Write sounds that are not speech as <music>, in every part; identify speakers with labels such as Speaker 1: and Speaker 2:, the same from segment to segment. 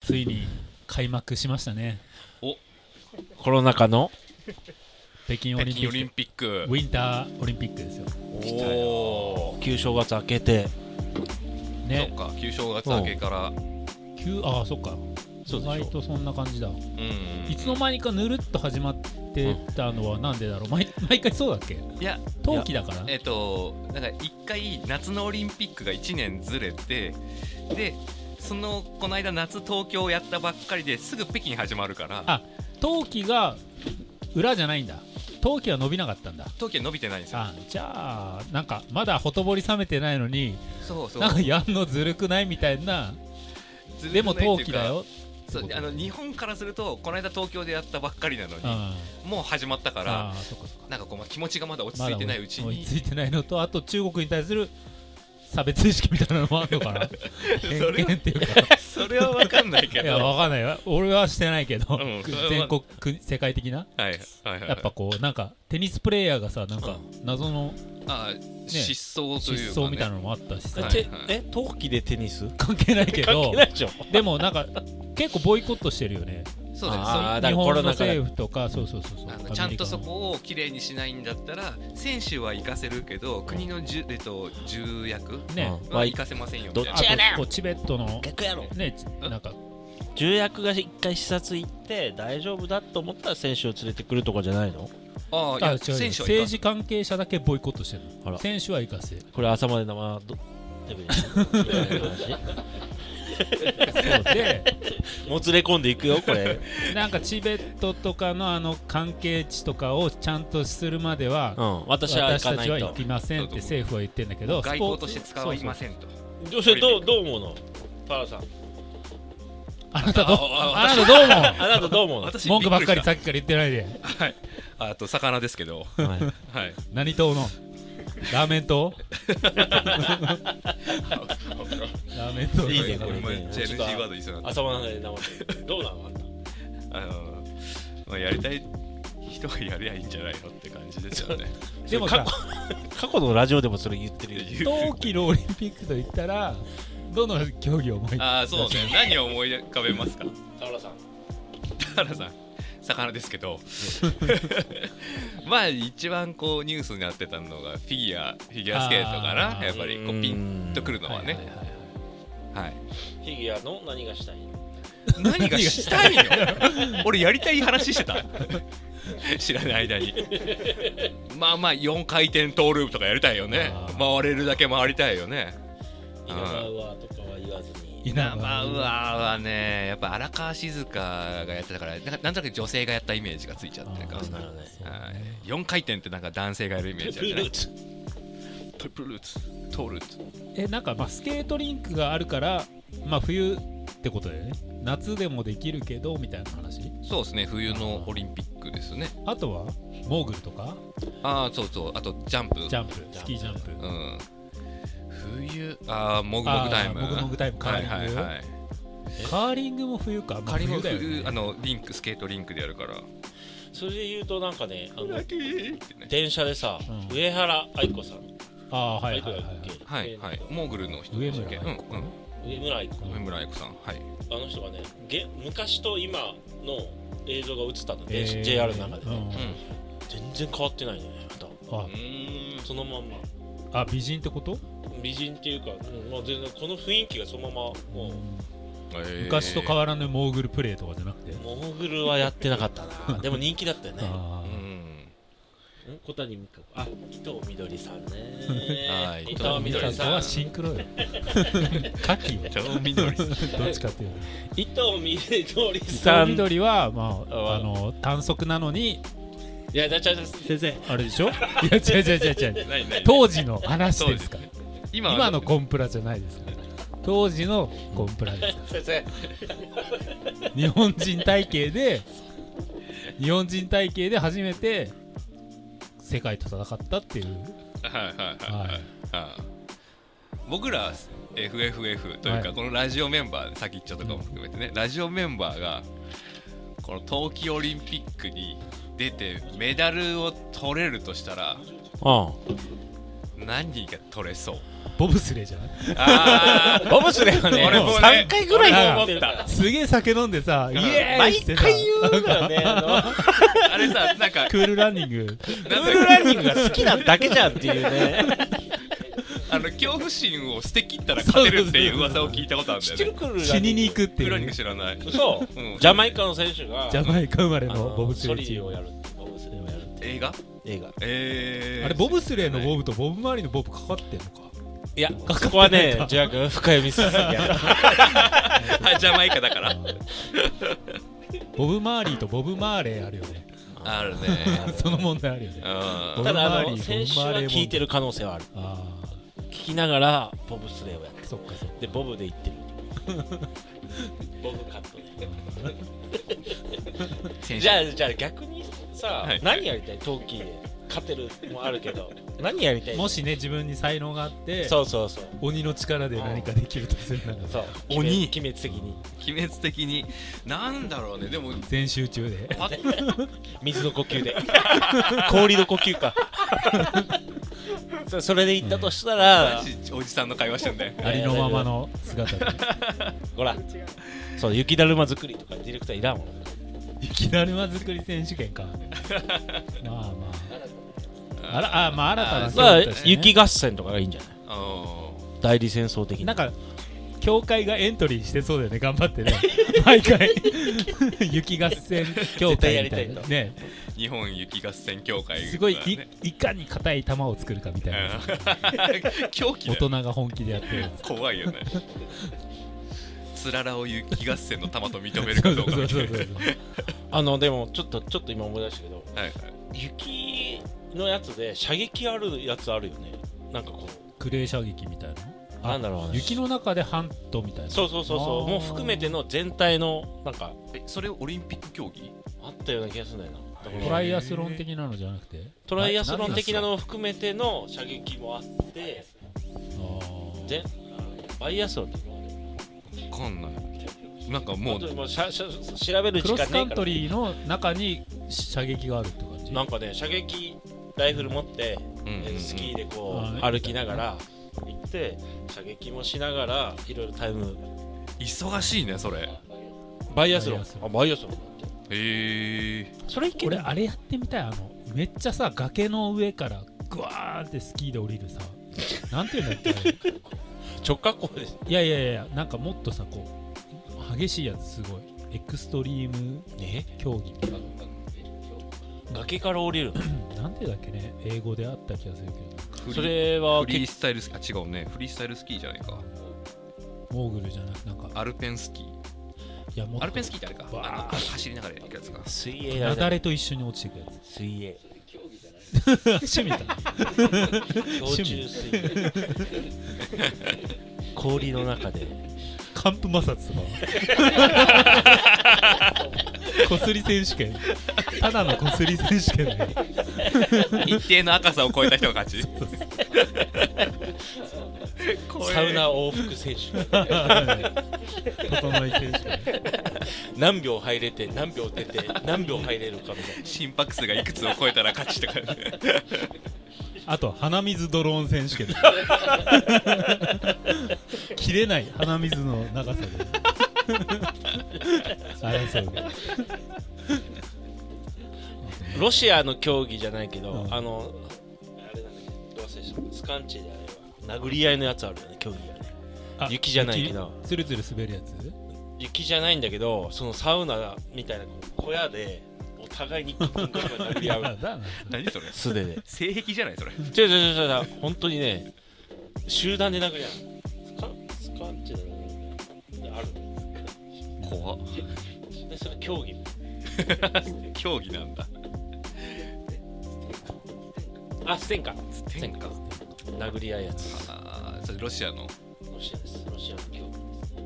Speaker 1: ついに開幕しましたね
Speaker 2: コロナ禍の
Speaker 1: 北京オ
Speaker 3: 北
Speaker 1: リンピッ
Speaker 3: 京オ
Speaker 1: ク
Speaker 3: リンピック
Speaker 1: ウィンターオリンピックですよ
Speaker 3: おお
Speaker 2: 旧正月明けて
Speaker 3: そっ
Speaker 1: ね
Speaker 3: か旧正月明けから
Speaker 1: 急ああそっか
Speaker 2: そ
Speaker 1: 意
Speaker 2: うでしょ
Speaker 1: 外とそんな感じだ
Speaker 3: うん
Speaker 1: いつの間にかぬるっと始まってたのはなんでだろう毎 <laughs> 毎回そうだっけ
Speaker 3: いや
Speaker 1: 冬季だから
Speaker 3: えっとなんか一回夏のオリンピックが1年ずれてでそのこの間夏東京やったばっかりですぐ北京始まるから
Speaker 1: あ冬季が裏じゃないんだ冬季は伸びなかったんだ
Speaker 3: 東京伸びてないんですよ
Speaker 1: あじゃあなんかまだほとぼり冷めてないのに
Speaker 3: そうそう
Speaker 1: なんかやんのずるくないみたいな
Speaker 3: ず
Speaker 1: で
Speaker 3: るくない
Speaker 1: も
Speaker 3: ってい
Speaker 1: 冬季
Speaker 3: うか
Speaker 1: だよ
Speaker 3: そうあの日本からするとこの間東京でやったばっかりなのに
Speaker 1: うんあ
Speaker 3: もう始まったから
Speaker 1: あそっかそっか
Speaker 3: なんかこうまあ気持ちがまだ落ち
Speaker 1: ま
Speaker 3: 着
Speaker 1: だ
Speaker 3: いてないうち
Speaker 1: 追い
Speaker 3: に
Speaker 1: ついてないのとあと中国に対する差別意識みたいなのもあるのかな
Speaker 3: <laughs> それ
Speaker 1: 偏
Speaker 3: は
Speaker 1: 見っていうか
Speaker 3: それは分かんない
Speaker 1: <laughs>
Speaker 3: け
Speaker 1: い
Speaker 3: ど
Speaker 1: や
Speaker 3: は
Speaker 1: わかんないわ俺はしてないけど、
Speaker 3: うんそれは
Speaker 1: 全国国世界的ない
Speaker 3: はいはいはい
Speaker 1: やっぱこうなんかテニスプレーヤーがさなんか謎の
Speaker 3: あー失踪という
Speaker 1: 失
Speaker 3: か、ね、
Speaker 1: 踪みたいなのもあったしさ、
Speaker 3: はい
Speaker 2: てえ冬季でテニス
Speaker 1: 関係ないけ
Speaker 2: 関
Speaker 1: ど
Speaker 2: 係ないでしょ
Speaker 1: でもなんか結構ボイコットしてるよね
Speaker 3: そうです
Speaker 2: あーだから
Speaker 1: 日本
Speaker 2: コ
Speaker 1: の
Speaker 2: ロナ禍で
Speaker 1: 政府とかそうそうそうそう
Speaker 3: あ
Speaker 1: アメ
Speaker 3: の
Speaker 1: リカ
Speaker 3: ちゃんとそこをきれいにしないんだったら選手は行かせるけど国のじゅ、えっと、重役
Speaker 1: ね
Speaker 2: うんまあ
Speaker 3: は行かせませんよみたい
Speaker 1: あ
Speaker 3: な
Speaker 1: と
Speaker 2: 違うな
Speaker 1: こうチベットの
Speaker 2: 逆やろ
Speaker 1: ねなんか
Speaker 2: 重役が一回視察行って大丈夫だと思ったら選手を連れてくるとかじゃないの
Speaker 3: ああい
Speaker 1: あ違う違
Speaker 3: や
Speaker 1: う
Speaker 3: 選手は行
Speaker 1: 政
Speaker 3: かせ
Speaker 1: 治関係者だけボイコットしてる
Speaker 2: あら
Speaker 1: の選手は行かせる
Speaker 2: これ朝まで生どレベルですよ
Speaker 1: そうで
Speaker 2: <laughs> もつれ込んでいくよこれ
Speaker 1: なんかチベットとかのあの関係地とかをちゃんとするまでは、
Speaker 2: うん私は行
Speaker 1: 私
Speaker 2: か
Speaker 1: た
Speaker 2: な
Speaker 1: ちは行
Speaker 2: い
Speaker 1: きませんって政府は言ってんだけど
Speaker 3: 外
Speaker 1: スポー
Speaker 3: 交
Speaker 1: ツ
Speaker 3: として使いませんと
Speaker 2: と女性どうどう思うのパラさん
Speaker 1: あなたどう
Speaker 3: あ
Speaker 1: あなたどうも
Speaker 2: <laughs> あなたどう思うの
Speaker 3: 私
Speaker 1: 文句ばっかり
Speaker 3: びく
Speaker 1: さっきから言ってないで
Speaker 3: りしたはいああと魚ですけど <laughs>
Speaker 2: はい
Speaker 3: はい
Speaker 1: 何党のラーメン党ラーメン党
Speaker 2: いいねこ
Speaker 3: こ
Speaker 2: れ
Speaker 3: れめ
Speaker 2: ね
Speaker 3: っちゃ
Speaker 2: ちょっと
Speaker 3: NG ワード言いそうになっ
Speaker 2: 朝まで生でどうなのあんた
Speaker 3: たあの、まあ、やりたい人がやりゃいいんじゃないのって感じですよね
Speaker 1: でもさ
Speaker 2: 過去のラジオでもそれ言ってるよ
Speaker 3: 言う
Speaker 1: 冬季のオリンピックと言ったらどの競技を思い
Speaker 3: ああそうね何を思い浮かべますか
Speaker 2: 田原さん
Speaker 3: 田原さん魚ですけどまあ一番こうニュースになってたのがフィギュアフィギュアスケートか
Speaker 1: あ
Speaker 3: な
Speaker 1: ー
Speaker 3: やっぱりこうピンとくるのはね、はい
Speaker 2: フィギュアの何がしたい
Speaker 3: 何がしたいの <laughs> 俺やりたい話してた <laughs> 知らない間にまあまあ4回転トーループとかやりたいよね
Speaker 1: あー
Speaker 3: 回れるだけ回りたいよね
Speaker 2: 稲葉はとかは言わずに
Speaker 1: 稲
Speaker 3: まあうわーはねやっぱ荒川静香がやってたからなんかなんとなく女性がやったイメージがついちゃってるか
Speaker 2: あ
Speaker 3: ら
Speaker 2: ーな
Speaker 3: さ
Speaker 2: るほどね
Speaker 3: はい4回転ってなんか男性がやるイメージあるじゃない
Speaker 2: ツ
Speaker 3: トリプルルーツトールーツ
Speaker 1: えなんかまあスケートリンクがあるからまあ冬ってことだよね夏でもできるけどみたいな話
Speaker 3: そうですね冬のオリンピックですね
Speaker 1: あとはモーグルとか
Speaker 3: ああそうそうあとジャンプ
Speaker 1: ジャンプスキージャンプ
Speaker 3: うん冬ああもぐもぐタイム
Speaker 1: あーもぐもぐタイムカー
Speaker 3: は
Speaker 1: リ
Speaker 3: い
Speaker 1: ング
Speaker 3: はいはい
Speaker 1: カーリングも冬かまあ
Speaker 3: 仮も
Speaker 1: 冬だよね
Speaker 3: 冬あのリンクスケートリンクでやるから
Speaker 2: それで言うとなんかねあの
Speaker 3: ってね
Speaker 2: 電車でさ、
Speaker 1: うん
Speaker 2: 上原愛子さん、
Speaker 1: ああーはい
Speaker 2: 愛
Speaker 1: は
Speaker 2: 子
Speaker 1: いは
Speaker 2: だ
Speaker 1: い
Speaker 2: っ
Speaker 1: はい
Speaker 2: け
Speaker 3: はいはいモーグルの人
Speaker 1: 上
Speaker 3: でし
Speaker 1: 村
Speaker 3: たっけ
Speaker 1: 愛
Speaker 3: うん
Speaker 1: 子
Speaker 3: う
Speaker 1: かなん
Speaker 2: 上村愛子
Speaker 3: 上村愛子さんはい
Speaker 2: あの人がねげ昔と今の映像が映ったの、
Speaker 1: えー
Speaker 2: JR の中で、
Speaker 1: う
Speaker 2: ね
Speaker 1: ん
Speaker 3: う
Speaker 2: 全然変わってないのねまた
Speaker 1: あ
Speaker 3: んうーん
Speaker 2: そのまんま
Speaker 1: あ美人ってこと
Speaker 2: 美人っていうか、うんまあ、全然この雰囲気がそのままも
Speaker 3: えー
Speaker 1: 昔と変わらぬモーグルプレーとかじゃなくて
Speaker 2: うモーグルはやってなかったなでも人気だったよね
Speaker 1: あ
Speaker 3: う
Speaker 1: ー
Speaker 3: ん
Speaker 2: ん小谷美香子あ伊藤みどりさんね
Speaker 3: はい
Speaker 2: 伊
Speaker 3: あ
Speaker 2: 藤みどり
Speaker 1: さん
Speaker 2: さ
Speaker 1: は
Speaker 2: ん
Speaker 1: シンク <laughs> ロよカキよ
Speaker 3: 超
Speaker 1: <laughs>
Speaker 3: 緑
Speaker 1: どっちかっていうと
Speaker 2: 伊藤みどりさ
Speaker 1: さ
Speaker 2: んい
Speaker 1: 緑はま
Speaker 2: あ
Speaker 1: ああの短足なのに
Speaker 2: やだちゃだ先生
Speaker 1: あれでしょいや違う違う違う違う
Speaker 3: 何何
Speaker 1: 当時の話ですから
Speaker 3: 今
Speaker 1: 今のコンプラじゃないですから当時のコンプラですか
Speaker 2: 先生
Speaker 1: ら日本人体系で日本人体系で初めて世界と戦ったっていう
Speaker 3: はいはいはい
Speaker 1: は
Speaker 3: はいいああ僕ら FFF という
Speaker 1: は
Speaker 3: か
Speaker 1: い
Speaker 3: このラジオメンバーさっき言っちゃったかも含めてねラジオメンバーがこの冬季オリンピックに出てメダルを取れるとしたら
Speaker 2: あ
Speaker 3: 何が取れそう
Speaker 1: ボブスレーじゃない
Speaker 3: あ
Speaker 4: ボブスレーはね
Speaker 3: 俺もね
Speaker 4: 3回ぐらい
Speaker 1: 俺も
Speaker 4: やっ
Speaker 1: 思
Speaker 4: てる
Speaker 3: た
Speaker 1: すげえ酒飲んでさ、イエーイ
Speaker 4: 毎
Speaker 1: ってさ
Speaker 4: 回言うからねあ
Speaker 3: ーあれさなんか
Speaker 1: クールランニン
Speaker 4: の
Speaker 1: グ
Speaker 4: ク
Speaker 3: なん
Speaker 4: ー
Speaker 3: だ
Speaker 4: ルランニングが好きなだけじゃんっていうね
Speaker 3: あの恐怖心を捨て切ったら勝てるっていう噂を聞いたことあるん
Speaker 4: 知
Speaker 3: だ
Speaker 4: って
Speaker 3: よ
Speaker 4: る
Speaker 3: ね
Speaker 4: クールランニング
Speaker 1: 死にに行くって
Speaker 3: クールラ
Speaker 1: い
Speaker 3: ンニン
Speaker 1: う
Speaker 3: グ知らない
Speaker 2: そう
Speaker 3: うん
Speaker 2: ジャマイカの選手が
Speaker 1: ジャマイカ生まれ
Speaker 2: あの
Speaker 1: のボブスレ
Speaker 2: ソ
Speaker 1: ーチ
Speaker 2: リ
Speaker 1: ー
Speaker 2: ー
Speaker 1: ム
Speaker 2: をやるボブスレーをやるって
Speaker 3: 映画
Speaker 4: 映画
Speaker 3: えー、
Speaker 1: あれボブスレーのボブとボブ周りのボブかかってんのか
Speaker 4: いや
Speaker 1: そ
Speaker 4: そ
Speaker 1: こ
Speaker 4: こ
Speaker 1: は
Speaker 4: は
Speaker 1: ね
Speaker 4: ねジャ君深読みする
Speaker 3: あジャマイカだから
Speaker 1: ボブマーリーとボブマーレーあるよね
Speaker 3: あるね
Speaker 1: <laughs> その問題あるよね
Speaker 3: う
Speaker 1: ボ
Speaker 3: ん
Speaker 1: ブ
Speaker 2: ただ
Speaker 1: マ
Speaker 2: あ
Speaker 1: ーリ
Speaker 2: の
Speaker 1: ー
Speaker 2: 選手は聞いて
Speaker 1: る
Speaker 2: る可能性はある
Speaker 1: あ
Speaker 2: 聞きながらボブスレーをやって
Speaker 1: あそっかそっか
Speaker 2: でボブで行ってる <laughs> ボブカットで
Speaker 3: 選手
Speaker 2: じゃあじゃあ逆にさ、
Speaker 3: はい
Speaker 2: 何やりたい冬季で勝てるもあるけ <laughs> ど何やりたい
Speaker 1: もしね自分に才能があって
Speaker 2: そうそうそう
Speaker 1: 鬼の力で何かできるとするなら
Speaker 2: そう
Speaker 3: 鬼
Speaker 2: 鬼決め次に
Speaker 3: 鬼滅的になんだろうねでも
Speaker 1: 全集中で
Speaker 3: パッ
Speaker 2: 水の呼吸 <laughs> で氷の呼吸 <laughs> かそそれで行ったとした
Speaker 3: マ
Speaker 2: ら、
Speaker 3: ジおじさんの会話してんだよ
Speaker 1: ありのままの姿で
Speaker 2: ほらそう雪だるま作りとかディレクターいらんもん
Speaker 1: 雪だるま作り選手権
Speaker 2: <laughs>
Speaker 1: かまあまああらあまあ新たな
Speaker 3: あ
Speaker 1: 競
Speaker 2: まあ
Speaker 1: 技としてね
Speaker 2: 雪合戦とかがいいんじゃない
Speaker 3: うん
Speaker 2: 代理戦争的
Speaker 1: な
Speaker 2: なん
Speaker 1: か協会がエントリーしてそうだよね頑張って
Speaker 2: <laughs>
Speaker 1: ね毎回 <laughs> 雪合戦協会みたいな
Speaker 2: 絶対やりたいと
Speaker 1: ね
Speaker 3: 日本雪合戦協会がね
Speaker 1: すごいいいかに硬い球を作るかみたいな
Speaker 3: うん <laughs> 狂気
Speaker 1: 大
Speaker 3: だよ
Speaker 1: 人が本気でやって
Speaker 2: <laughs>
Speaker 1: るやつ
Speaker 3: 怖いよねつららを雪合戦の玉と認めるかどうかみたいな
Speaker 1: そうそうそう
Speaker 2: あのでもちょっとちょっと今思い出したけど
Speaker 3: はい
Speaker 2: 雪のやつで射撃あるやつあるよねなんかこ
Speaker 1: クレー射撃みたいな
Speaker 2: うなんだろうね
Speaker 1: 雪の中でハントみたいな
Speaker 2: そうそうそうそ
Speaker 1: あー
Speaker 2: うもう含めての全体のなんか
Speaker 3: えそれオリンピック競技
Speaker 2: あったような気がするんだよなだから
Speaker 1: トライアスロン的なのじゃなくて
Speaker 2: トライアスロン的な
Speaker 1: あ
Speaker 2: のを含めての射撃もあって
Speaker 1: ー
Speaker 2: 全バイアスロンっていうの
Speaker 3: わかんないなんかも
Speaker 2: も
Speaker 3: う
Speaker 2: うもうしゃしゃ調べる
Speaker 1: ク
Speaker 2: 時
Speaker 1: ロ
Speaker 2: 間ね
Speaker 1: スカント
Speaker 2: え
Speaker 1: リーの中に射撃があるって感
Speaker 2: か
Speaker 1: じ
Speaker 2: らなんかね射撃ライフル持って
Speaker 3: うんうんうん
Speaker 2: スキーでこう
Speaker 1: あ
Speaker 2: 歩きながら行って射撃もしながらいろいろタイム
Speaker 3: 忙しいねそれ
Speaker 2: バイアスロン
Speaker 1: バイアスロン
Speaker 2: あバイアスロンだって
Speaker 3: へえ
Speaker 2: それいけ
Speaker 1: 俺
Speaker 2: る
Speaker 1: あれやってみたいあのめっちゃさ崖の上からグワーンってスキーで降り
Speaker 2: <laughs>
Speaker 1: るさなんていうんだっけあれい
Speaker 2: 直角行です
Speaker 1: やいやいやなんかもっとさこう激しいやつすごいエクストリーム
Speaker 2: ね
Speaker 1: 競技みたい
Speaker 2: 崖から降り
Speaker 3: <laughs>
Speaker 2: るの
Speaker 1: ななんてだっけね英語であった気がするけ
Speaker 2: それは
Speaker 3: フリー
Speaker 2: 結
Speaker 3: スタイルスキーあ違うねフリースタイルスキーじゃないか
Speaker 1: どモーグルじゃなくなんか
Speaker 3: アルペンスキー
Speaker 1: いやもっ
Speaker 3: アルペン
Speaker 1: と
Speaker 3: スキーってあれか
Speaker 1: わー
Speaker 3: あの走りながらやるやつか
Speaker 2: 構水泳
Speaker 1: 雪
Speaker 2: やね
Speaker 1: 崩と一緒に落ちて
Speaker 2: <laughs>
Speaker 1: くや
Speaker 2: 水泳
Speaker 1: つ <laughs> 趣味だ
Speaker 2: 氷柱水泳
Speaker 3: <laughs>
Speaker 2: 氷の中で
Speaker 1: 寒風摩擦とかこすり選手権ただのこすり選手権だよ
Speaker 3: 一定の赤さを超えた人が勝ち怖え
Speaker 2: サウナ往復選手
Speaker 3: <laughs>
Speaker 1: 整い選手権
Speaker 2: 何秒入れて何秒出て何秒入れるかみたい
Speaker 3: 心拍数がいくつを超えたら勝ちとか
Speaker 1: あと鼻水ドローン選手権切れない鼻水の長さで争う
Speaker 2: なロシアの競技じゃないけど、
Speaker 1: うん
Speaker 2: あのあれなんだっけどう忘れしたスカンチであれは殴り合いのやつあるよね競技がね
Speaker 1: あ
Speaker 2: 雪じゃないけど
Speaker 1: 雪つるつる滑るやつ
Speaker 2: 雪じゃないんだけどそのサウナみたいなこう小屋でお互いにグングングングン殴り合
Speaker 1: あ
Speaker 3: <laughs>
Speaker 2: う
Speaker 1: だな
Speaker 3: 何それ
Speaker 2: 素手で
Speaker 3: 性癖じゃないそれ
Speaker 2: 違う違う違う違う本当にね集団で殴り合うスカスカンチだねある
Speaker 3: 怖っ
Speaker 2: でそれ競技
Speaker 3: 競技なんだ
Speaker 2: あステンカ
Speaker 3: 天下
Speaker 2: 殴り合いやつ
Speaker 3: あーそれロシアの
Speaker 2: ロシアです。ロシアの競技ですね。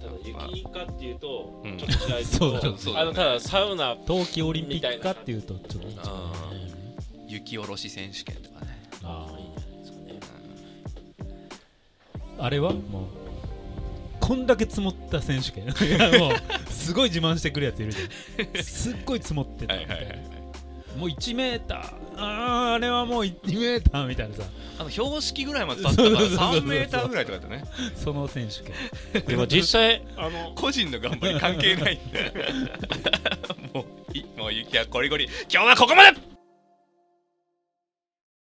Speaker 2: ただ雪かっていうと、
Speaker 3: うん
Speaker 2: ちょっと <laughs> 違う
Speaker 1: そうだ
Speaker 3: ちょっとそうだ
Speaker 2: あ
Speaker 3: ね
Speaker 2: のただサウナ
Speaker 1: 冬季オリンピックかっていうとちょっと違う
Speaker 3: あ雪下ろし選手権とかね
Speaker 1: あ
Speaker 2: いいんじゃないですかね。
Speaker 1: ーあれはもうこんだけ積もった選手権 <laughs> いやもうすごい自慢してくるやついるじゃんすっごい積もってたみたいな、
Speaker 3: い
Speaker 1: もう1メーターあーあれはもう1メーターみたいなさ
Speaker 3: あの標識ぐらいまで立ったか
Speaker 1: そ
Speaker 3: ら
Speaker 1: うそうそうそう
Speaker 3: 3メーターぐらいとかだったね
Speaker 1: その選手権
Speaker 4: でも実際あの
Speaker 3: 個人の頑 <laughs> 張り関係ないもういもうゆきはこりごり今日はここまで